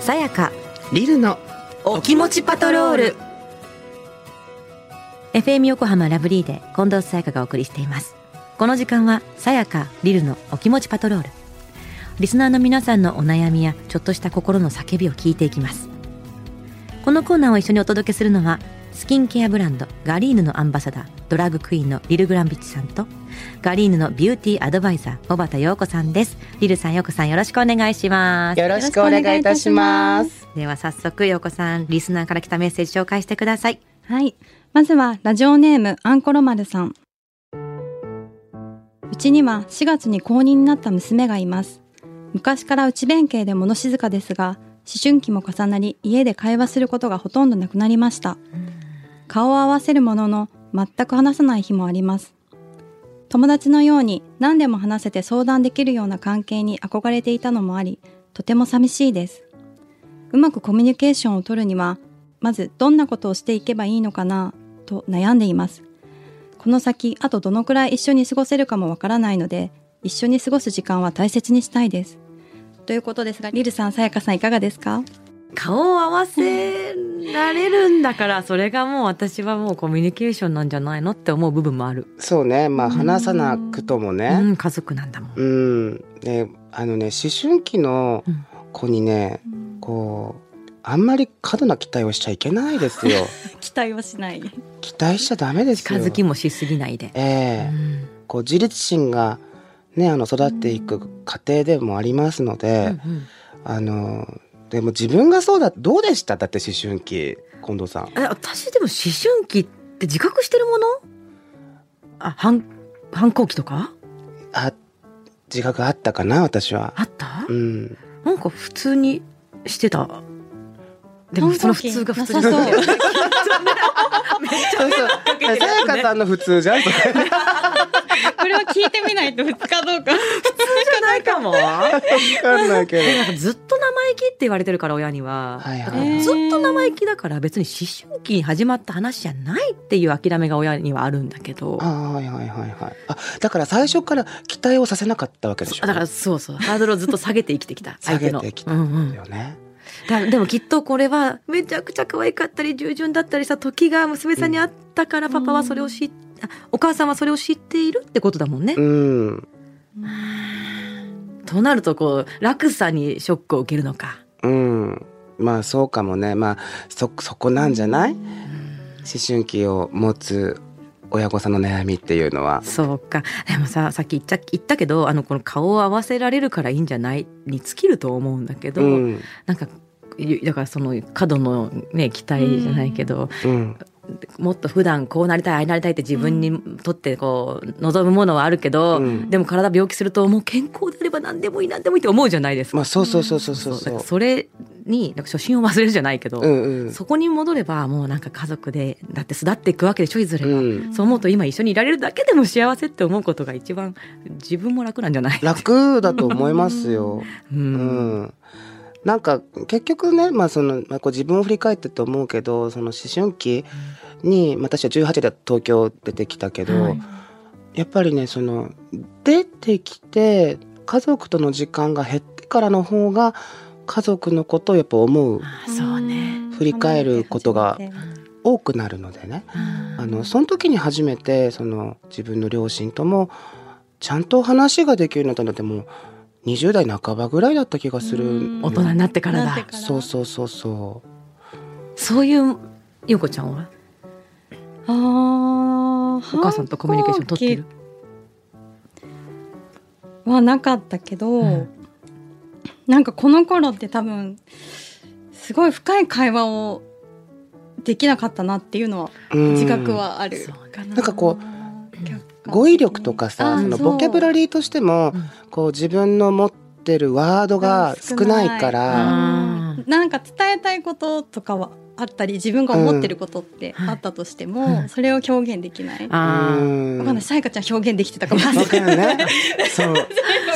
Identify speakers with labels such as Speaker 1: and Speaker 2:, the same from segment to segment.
Speaker 1: さやかリルのお気持ちパトロール
Speaker 2: FM 横浜ラブリーで近藤沙耶香がお送りしていますこの時間はさやかリルのお気持ちパトロールリスナーの皆さんのお悩みやちょっとした心の叫びを聞いていきますこのコーナーを一緒にお届けするのはスキンケアブランドガリーヌのアンバサダードラッグクイーンのリル・グランビッチさんとガリーヌのビューティーアドバイザー小畑陽子さんですリルさん陽子さんよろしくお願いします
Speaker 3: よろしくお願いいたします
Speaker 2: では早速陽子さんリスナーから来たメッセージ紹介してください
Speaker 4: はいまずはラジオネームアンコロマルさんうちには4月に高認になった娘がいます昔から内弁慶で物静かですが思春期も重なり家で会話することがほとんどなくなりました顔を合わせるものの全く話さない日もあります友達のように何でも話せて相談できるような関係に憧れていたのもありとても寂しいですうまくコミュニケーションを取るにはまずどんなことをしていけばいいのかなと悩んでいますこの先あとどのくらい一緒に過ごせるかもわからないので一緒に過ごす時間は大切にしたいですということですがリルさんさやかさんいかがですか
Speaker 2: 顔を合わせられるんだからそれがもう私はもうコミュニケーションなんじゃないのって思う部分もある、
Speaker 3: そうねまあ話さなくとも
Speaker 2: う
Speaker 3: ね
Speaker 2: ん、家族なんだもん
Speaker 3: うん、ねあのね思春期の
Speaker 2: うん
Speaker 3: 子にねこうあんまり過度な期待をしちゃいけないで すよ
Speaker 4: 期待はしない
Speaker 3: 期待しちゃダメです
Speaker 2: 近
Speaker 3: よ
Speaker 2: づきもしすぎないで、う
Speaker 3: ええ
Speaker 2: ん
Speaker 3: こう自立心がねあの育っていく過程でもありますの
Speaker 2: うんう
Speaker 3: で、
Speaker 2: ん
Speaker 3: あのでも自分がそうだどうでしただって思春期近藤さん
Speaker 2: え私でも思春期って自覚してるものあ反反抗期とか
Speaker 3: あ自覚あったかな私は
Speaker 2: あった、
Speaker 3: うん
Speaker 2: なんか普通にしてたでもその普通が普通じゃない
Speaker 4: なさ
Speaker 2: めっちゃ
Speaker 3: そうそう
Speaker 2: けてるよ
Speaker 3: さ
Speaker 2: ね
Speaker 3: やかさんの普通じゃんそれ
Speaker 4: これは聞いてみないと普通かどうか
Speaker 2: 普通じゃないかも
Speaker 3: わかんないけど
Speaker 2: なんかずっと生意気って言われてるから親には、
Speaker 3: はいは
Speaker 2: だ
Speaker 3: い
Speaker 2: からずっと生意気だから別に思春期に始まった話じゃないっていう諦めが親にはあるんだけど
Speaker 3: あーはいはいはいはいあだから最初から期待をさせなかったわけでしょ
Speaker 2: だからそうそうハードルをずっと下げて生きてきた 相
Speaker 3: 下
Speaker 2: 手
Speaker 3: げ
Speaker 2: の
Speaker 3: てきた
Speaker 2: うんうん
Speaker 3: だよね、
Speaker 2: だでもきっとこれはめちゃくちゃ可愛かったり従順だったりした時が娘さんにあったからパパはそれを知っ、あお母さんはそれを知っているってことだもんね。
Speaker 3: うん
Speaker 2: となるとこう落差にショックを受けるのか。
Speaker 3: うんまあそうかもねまあそそこなんじゃない思春期を持つ親御さんの悩みっていうのは
Speaker 2: そうかでもささっき言っちゃ言ったけどあのこの顔を合わせられるからいいんじゃないに尽きると思うんだけど、
Speaker 3: うん
Speaker 2: なんかいだからその過度の、ね、期待じゃないけど、
Speaker 3: うん
Speaker 2: もっと普段こうなりたいああなりたいって自分にとってこう望むものはあるけど、
Speaker 3: うん
Speaker 2: でも体病気するともう健康であれば何でもいい何でもいいって思うじゃないですか。
Speaker 3: まあそうそうそうそうそう
Speaker 2: だ
Speaker 3: そ
Speaker 2: から
Speaker 3: う
Speaker 2: それになんか初心を忘れるじゃないけど、
Speaker 3: うんうん
Speaker 2: そこに戻ればもうなんか家族でだって巣立っていくわけでしょいずれは、
Speaker 3: う ん
Speaker 2: そう思うと今一緒にいられるだけでも幸せって思うことが一番自分も楽なんじゃない、
Speaker 3: 楽だと思いますよ
Speaker 2: う
Speaker 3: うんんなんか結局ね、まあそのまあ、こう自分を振り返ってと思うけどその思春期に、まあ、私は18で東京出てきたけど、
Speaker 2: はい
Speaker 3: やっぱりねその出てきて家族との時間が減ってからの方が家族のことをやっぱ思う
Speaker 2: あそうね、
Speaker 3: 振り返ることが
Speaker 4: うん
Speaker 3: 多くなるのでね
Speaker 2: うん
Speaker 3: あのその時に初めてその自分の両親ともちゃんと話ができるようになったのってもう20代半ばぐらいだった気がする
Speaker 4: うん
Speaker 3: の
Speaker 2: 大人になってから
Speaker 4: な
Speaker 2: だ
Speaker 4: んてから
Speaker 3: そうそうそうそう
Speaker 2: そういうゆうこちゃんは
Speaker 4: あお
Speaker 2: お母さんとコミュニケーション取ってる
Speaker 4: はなかったけど、
Speaker 2: うん
Speaker 4: なんかこの頃って多分すごい深い会話をできなかったなっていうのは
Speaker 3: うん
Speaker 4: 自覚はある
Speaker 2: そう
Speaker 4: かな。
Speaker 3: なんかこ
Speaker 4: う
Speaker 3: 語彙力とかさ
Speaker 2: あ
Speaker 3: その
Speaker 2: そう
Speaker 3: ボキャブラリーとしても
Speaker 2: うん
Speaker 3: こう自分の持ってるワードが少ないか
Speaker 2: あ
Speaker 3: ら
Speaker 2: ー
Speaker 4: なんか伝えたいこととかはあったり自分が思ってることってあったとしても、
Speaker 2: うん
Speaker 4: それを表現できない。わ
Speaker 2: あー
Speaker 3: うん
Speaker 4: かんないさやかちゃん表現できてたかもし れない
Speaker 3: わかる ね。そう。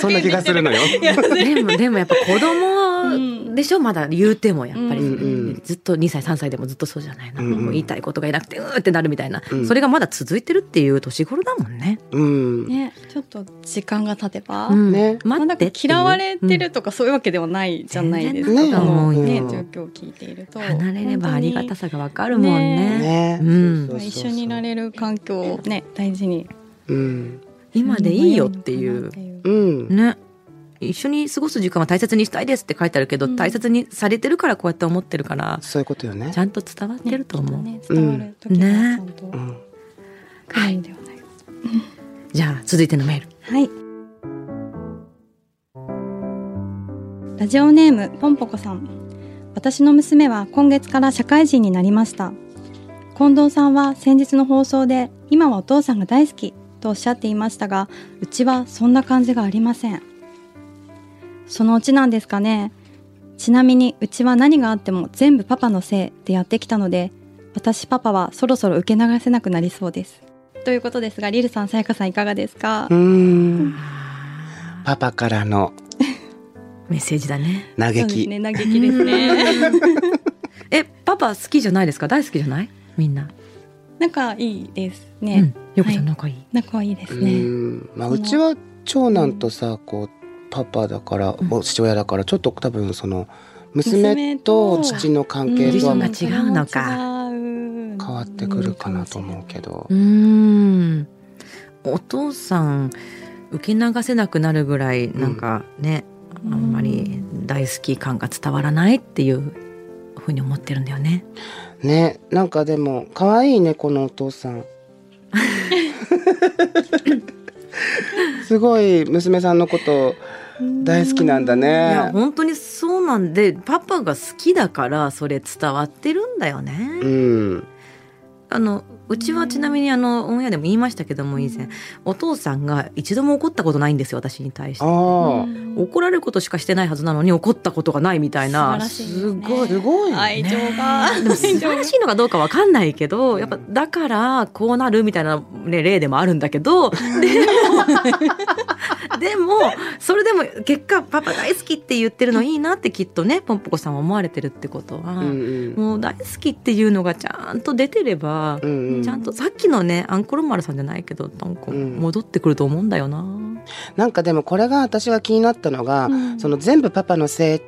Speaker 3: そんな気がするのよ。
Speaker 2: でもでもやっぱ子供でしょまだ言うてもやっぱり、
Speaker 4: うん
Speaker 3: うん
Speaker 2: ずっと2歳3歳でもずっとそうじゃないの、
Speaker 3: うんうん
Speaker 2: もう言いたいことがいなくてうーってなるみたいな、
Speaker 3: うん
Speaker 2: それがまだ続いてるっていう年頃だもんね。
Speaker 3: うん。
Speaker 4: ね、ちょっと時間が経てば、
Speaker 2: うん
Speaker 3: ね
Speaker 2: 待
Speaker 4: ま
Speaker 2: って
Speaker 4: あ、なん
Speaker 2: って
Speaker 4: か
Speaker 2: いう
Speaker 4: 嫌われてるとかそういうわけではないじゃないです
Speaker 3: 全
Speaker 4: か、
Speaker 3: 然
Speaker 4: このね
Speaker 3: うん
Speaker 4: 状況を聞いていると
Speaker 2: 離れればありがたさ
Speaker 4: さ
Speaker 2: がわかるもんね
Speaker 3: ね
Speaker 2: うん
Speaker 3: そうそうそう
Speaker 4: 一緒にいられる環境をね大事に
Speaker 3: うん。
Speaker 2: 今でいいよっていう
Speaker 3: うん。
Speaker 2: ね一緒に過ごす時間は大切にしたいですって書いてあるけど、
Speaker 4: うん
Speaker 2: 大切にされてるからこうやって思ってるから
Speaker 3: そういうことよね
Speaker 2: ち。ゃんと伝わってると思う、
Speaker 4: ねきっとね伝わる時がちゃんと
Speaker 3: うん。
Speaker 4: 来るんではないか
Speaker 2: じゃあ続いてのメール
Speaker 4: はいラジオネームぽんぽこさん私の娘は今月から社会人になりました近藤さんは先日の放送で今はお父さんが大好きとおっしゃっていましたがうちはそんな感じがありませんそのうちなんですかねちなみにうちは何があっても全部パパのせいでやってきたので私パパはそろそろ受け流せなくなりそうですということですがリルさんさやかさんいかがですか
Speaker 3: うーん。パパからの
Speaker 2: メッセージだね
Speaker 3: 嘆
Speaker 4: そうです
Speaker 3: き。
Speaker 4: ね、嘆きですね。
Speaker 2: えパパ好きじゃないですか大好きじゃないみんな、
Speaker 4: 仲いいです
Speaker 2: う
Speaker 4: ね
Speaker 2: ん。よくちゃん
Speaker 4: はい
Speaker 2: 仲いい、
Speaker 4: 仲いいで
Speaker 3: う
Speaker 4: すね。
Speaker 3: ん。まあ
Speaker 4: その
Speaker 3: うちは長男とさこうパパだから、お父親だからちょっと多分その娘
Speaker 4: 娘と
Speaker 3: と父の関
Speaker 2: うん
Speaker 3: 係
Speaker 2: リズ
Speaker 3: とは
Speaker 2: ムが
Speaker 3: 変
Speaker 2: 違うのか
Speaker 4: 変
Speaker 3: わってくるかなと思うけど
Speaker 2: う。ーんお父さん受け流せなくなるぐらいなんかね、
Speaker 4: うん
Speaker 2: あんまり大好き感が伝わらないっていうふうに思ってるんだよね。
Speaker 3: ねなんかでも可愛いねこのお父さ んすごい娘さんのこと大好きなんだ
Speaker 2: いや
Speaker 3: ね
Speaker 2: 本当にそうなんでパパが好きだからそれ伝わってるんだよね。
Speaker 3: うん
Speaker 2: あのうちはちなみにあのオンエアでも言いましたけども以前お父さんが一度も怒ったことないんですよ私に対して。
Speaker 3: ああ、
Speaker 4: み
Speaker 2: 怒られることしかしてないはずなのに怒ったことがないみたいな
Speaker 4: す
Speaker 3: ごいすごいね
Speaker 4: 愛情が。
Speaker 2: でも 素晴らしいのかどうかわかんないけど、やっぱだからこうなるみたいな、ね、例でもあるんだけ ど、でも、でも、それでも結果パパ大好きって言ってるのいいなってきっとね、ポンポコさんは思われてるってことは、
Speaker 3: うんうん
Speaker 2: もう大好きっていうのがちゃんと出てれば、
Speaker 3: うんうん
Speaker 2: ちゃんとさっきのね、アンコロンマルさんじゃないけど、なんか
Speaker 3: うん
Speaker 2: 戻ってくると思うんだよな。
Speaker 3: なんかでもこれが私が気になったのが、
Speaker 4: うん
Speaker 3: その全部パパのせ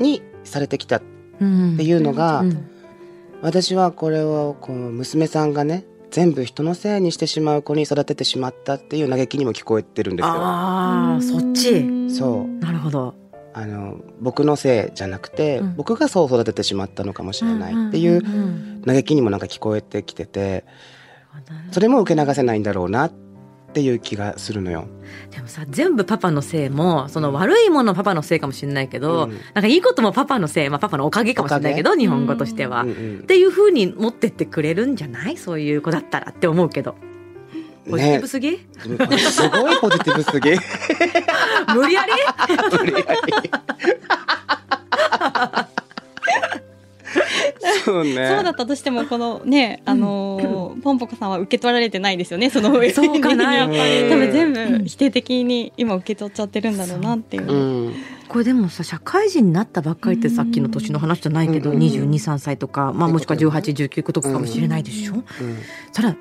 Speaker 3: いにされてきたっ
Speaker 2: うん
Speaker 3: ていうのが、
Speaker 2: うん
Speaker 3: 私はこれをこう娘さんがね全部人のせいにしてしまう子に育ててしまったっていう嘆きにも聞こえてるんですよ。
Speaker 2: ああ、そっち。
Speaker 3: そう
Speaker 2: なるほど。
Speaker 3: あの僕のせいじゃなくて、
Speaker 2: うん
Speaker 3: 僕がそう育ててしまったのかもしれないっていう
Speaker 2: うんうんうん
Speaker 3: 嘆きにもなんか聞こえてきててそれも受け流せないんだろうなっていう気がするのよ。
Speaker 2: でもさ全部パパのせいもその悪いものはパパのせいかもしれないけど、
Speaker 3: うん
Speaker 2: なんかいいこともパパのせい、まあ、パパのおかげかもしれないけど日本語としては。
Speaker 3: うんう
Speaker 2: っ
Speaker 3: ん
Speaker 2: ていうふうに持ってってくれるんじゃないそういう子だったらって思うけど。ポジティ
Speaker 3: ね
Speaker 2: ブ、すぎ、
Speaker 3: すごいポジティブすぎ
Speaker 2: 無理やり
Speaker 3: 無理やりそうね
Speaker 4: そうだったとしてもこのねあのーポンポコさんは受け取られてないですよねその上
Speaker 2: そうかなやっぱり。
Speaker 4: 多分全部否定的に今受け取っちゃってるんだろうなっていう、
Speaker 3: うん
Speaker 2: これでもさ社会人になったばっかりってさっきの年の話じゃないけど、
Speaker 3: うん
Speaker 2: 2223歳とか、まあ、もしくは1819とかかもしれないでしょ、それは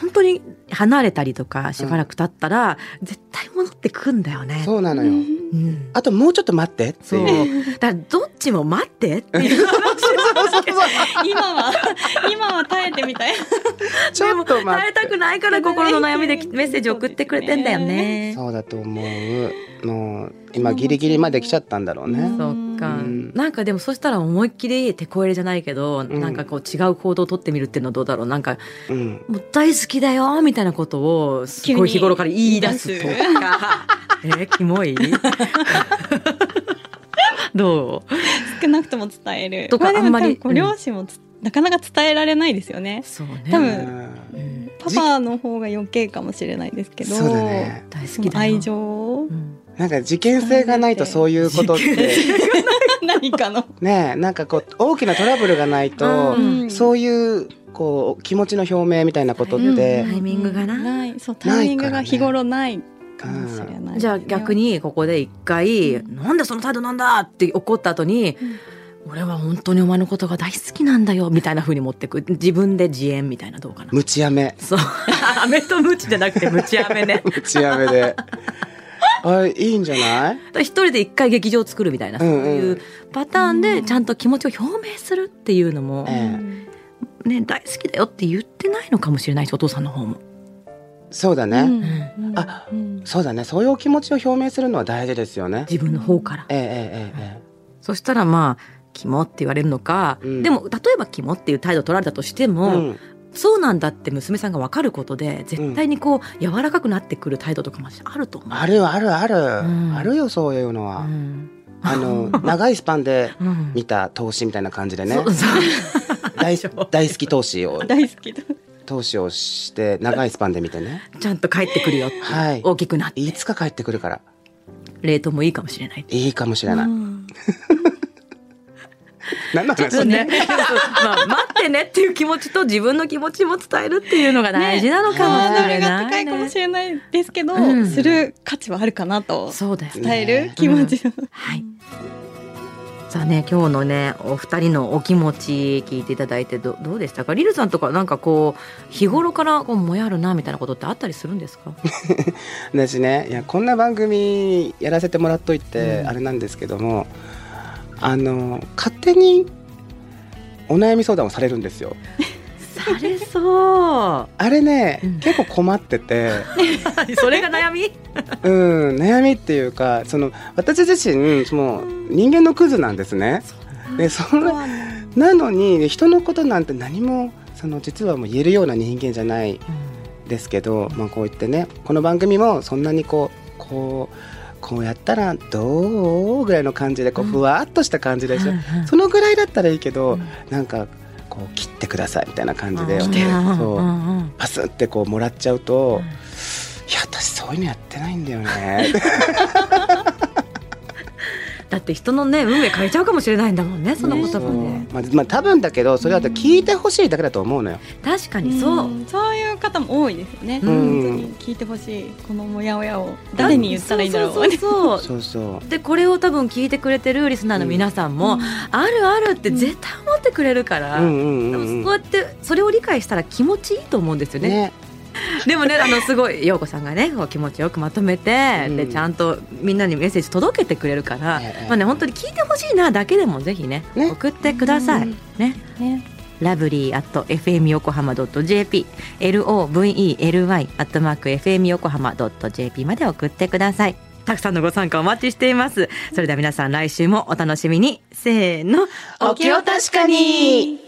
Speaker 2: 本当に離れたりとかしばらく経ったら、絶対戻ってくんだよ
Speaker 3: うん
Speaker 2: ね。
Speaker 3: そうなのよ
Speaker 2: うん
Speaker 3: あともうちょっと待ってって
Speaker 2: そう
Speaker 3: いう。
Speaker 2: だからどっちも待ってって いう話なんですけど
Speaker 4: 今は 今は耐えてみたい
Speaker 3: ちょっと
Speaker 2: 耐
Speaker 3: 待
Speaker 2: え
Speaker 3: ったて
Speaker 2: くないから心の悩みでメッセージ送ってくれてんだよね。
Speaker 3: そうだと思うもう今ギリギリまで来ちゃったんだろうね、
Speaker 4: うん
Speaker 2: そっか、
Speaker 3: うん
Speaker 2: なんかでもそしたら思いっきり手こ入れじゃないけど、なんかこう違う行動をとってみるっていうのはどうだろうなんか
Speaker 3: うん、
Speaker 2: もう大好きだよみたいなことをすごい日頃から言い出すとか えキモいどう
Speaker 4: 少なくとも伝える
Speaker 2: とか
Speaker 4: までも
Speaker 2: あんまり
Speaker 4: 多分ご両親もつなかなか伝えられないですよね
Speaker 2: そう
Speaker 4: 多
Speaker 2: ね、
Speaker 4: 分
Speaker 3: うん
Speaker 2: うん
Speaker 4: パパの方が余計かもしれないですけど
Speaker 3: そうだね
Speaker 2: 大好
Speaker 4: そ
Speaker 2: き
Speaker 4: の
Speaker 2: だよ
Speaker 4: 愛情 を
Speaker 2: うん
Speaker 3: なんか事件性がないとそういうことっ
Speaker 2: 事
Speaker 3: て
Speaker 4: 何かの
Speaker 3: ねなんかこう大きなトラブルがないと、
Speaker 4: うん
Speaker 3: そういうこう気持ちの表明みたいなことっ
Speaker 2: うん
Speaker 3: て
Speaker 2: タイミングがな
Speaker 4: ないそうタイミングが日頃ないかかもしれない。
Speaker 2: じゃあ逆にここで一回、なんでその態度なんだって怒った後に、俺は本当にお前のことが大好きなんだよみたいな風に持ってく自分で自演みたいなどうかな
Speaker 3: ムチやめ
Speaker 2: そう 飴とムチじゃなくてムチ飴 ね
Speaker 3: ムチやめであいいんじゃない
Speaker 2: 一人で一回劇場を作るみたいな、
Speaker 3: うんうん
Speaker 2: そういうパターンでちゃんと気持ちを表明するっていうのも、
Speaker 3: え
Speaker 2: ね、大好きだよって言ってないのかもしれないしお父さんの方も。
Speaker 3: そうだね、
Speaker 4: うんうん
Speaker 3: あ
Speaker 4: うん
Speaker 3: そうだねそういうお気持ちを表明するのは大事ですよね
Speaker 2: 自分の方から、
Speaker 3: ええええええ
Speaker 2: そしたらまあ「肝」って言われるのか、
Speaker 3: うん
Speaker 2: でも例えば「肝」っていう態度を取られたとして
Speaker 3: ええ
Speaker 2: も、
Speaker 3: うん
Speaker 2: そうなんだって娘さんが分かることで絶対にこう柔らかくなってくる態度とかもあると思う。
Speaker 3: あるあるある、
Speaker 2: ん
Speaker 3: あるよそういうのは、
Speaker 2: うん
Speaker 3: あ の長いスパンで
Speaker 2: うん
Speaker 3: 見た投資みたいな感じでね
Speaker 2: そうそう
Speaker 3: 大大好き投資を
Speaker 4: 大好きだ。
Speaker 3: 投資をして長いスパンで見てね
Speaker 2: ちゃんと帰ってくるよって、
Speaker 3: はい
Speaker 2: 大きくなって
Speaker 3: いつか帰ってくるから
Speaker 2: 冷凍もいいかもしれない
Speaker 3: いいかもしれない、
Speaker 4: うん
Speaker 3: 何の
Speaker 2: ちょっ
Speaker 3: 話
Speaker 2: とね、まあ、待ってねっていう気持ちと自分の気持ちも伝えるっていうのが大事なのか
Speaker 4: ハ
Speaker 2: も
Speaker 4: ー
Speaker 2: し
Speaker 4: ド
Speaker 2: れ
Speaker 4: ルが
Speaker 2: な
Speaker 4: 高
Speaker 2: い、
Speaker 4: い
Speaker 2: ね
Speaker 4: かもしれないですけど、
Speaker 2: うん
Speaker 4: する価値はあるかなと
Speaker 2: そうだよね。
Speaker 4: 伝える気持ちの。
Speaker 2: はい。さあね、今日のね、お二人のお気持ち聞いていただいてどどうでしたか。リルさんとかなんかこう日頃からこうもやるなみたいなことってあったりするんですか。
Speaker 3: 私ねいやこんな番組やらせてもらっといて、
Speaker 2: うん
Speaker 3: あれなんですけどもあの勝手にお悩み相談をされるんですよ
Speaker 2: されそう。
Speaker 3: あれね、
Speaker 2: うん
Speaker 3: 結構困ってて
Speaker 2: それが悩み。
Speaker 3: うん悩みっていうかその私自身もう人間のクズなんですねでそんななのに人のことなんて何もその実はもう言えるような人間じゃないですけど、まあ、こう言ってねこの番組もそんなにこうこうこうやったらどうぐらいの感じでこう
Speaker 2: うん
Speaker 3: ふわっとした感じでしょ、
Speaker 2: うん
Speaker 3: そのぐらいだったらいいけど、
Speaker 2: うん
Speaker 3: なんかこう切ってくださいみたいな感じで
Speaker 2: うん
Speaker 3: そう
Speaker 2: う
Speaker 3: うん
Speaker 2: ん
Speaker 3: パスンってこうもらっちゃうと、いや私そういうのやってないんだよね
Speaker 2: だって人のね運命変えちゃうかもしれないんだもんね。その言葉
Speaker 3: そう
Speaker 2: で。
Speaker 3: まあ、まあ多分だけどそれだと聞いてほしいだけだと思うのよ。
Speaker 2: 確かにそう。
Speaker 4: んそういう方も多いですよね、
Speaker 3: うん
Speaker 4: 本当に聞いてほしいこのモヤモヤを誰に言ったらいいんだろう
Speaker 2: そうそうそうそ
Speaker 3: そうそう
Speaker 2: うでこれを多分聞いてくれてるリスナーの皆 さんも、あるあるって絶対思ってくれるから、
Speaker 3: うんうん
Speaker 2: で
Speaker 3: う
Speaker 2: も
Speaker 3: ん
Speaker 2: そううんやってそれを理解したら気持ちいいと思うんですよね
Speaker 3: ね
Speaker 2: でもねあのすごい陽子さんがねこう気持ちよくまとめて、
Speaker 3: うん
Speaker 2: でちゃんとみんなにメッセージ届けてくれるから、
Speaker 3: ええ
Speaker 2: まあね本当に聞いてほしいなだけでもぜひね
Speaker 3: ね
Speaker 2: 送ってください、
Speaker 4: うん
Speaker 2: ね
Speaker 4: ね
Speaker 2: ラブリー at fm 横浜 .jp lovely at mark fm 横浜 .jp まで送ってくださいたくさんのご参加お待ちしていますそれでは皆さん来週もお楽しみにせーの
Speaker 3: お気を確かに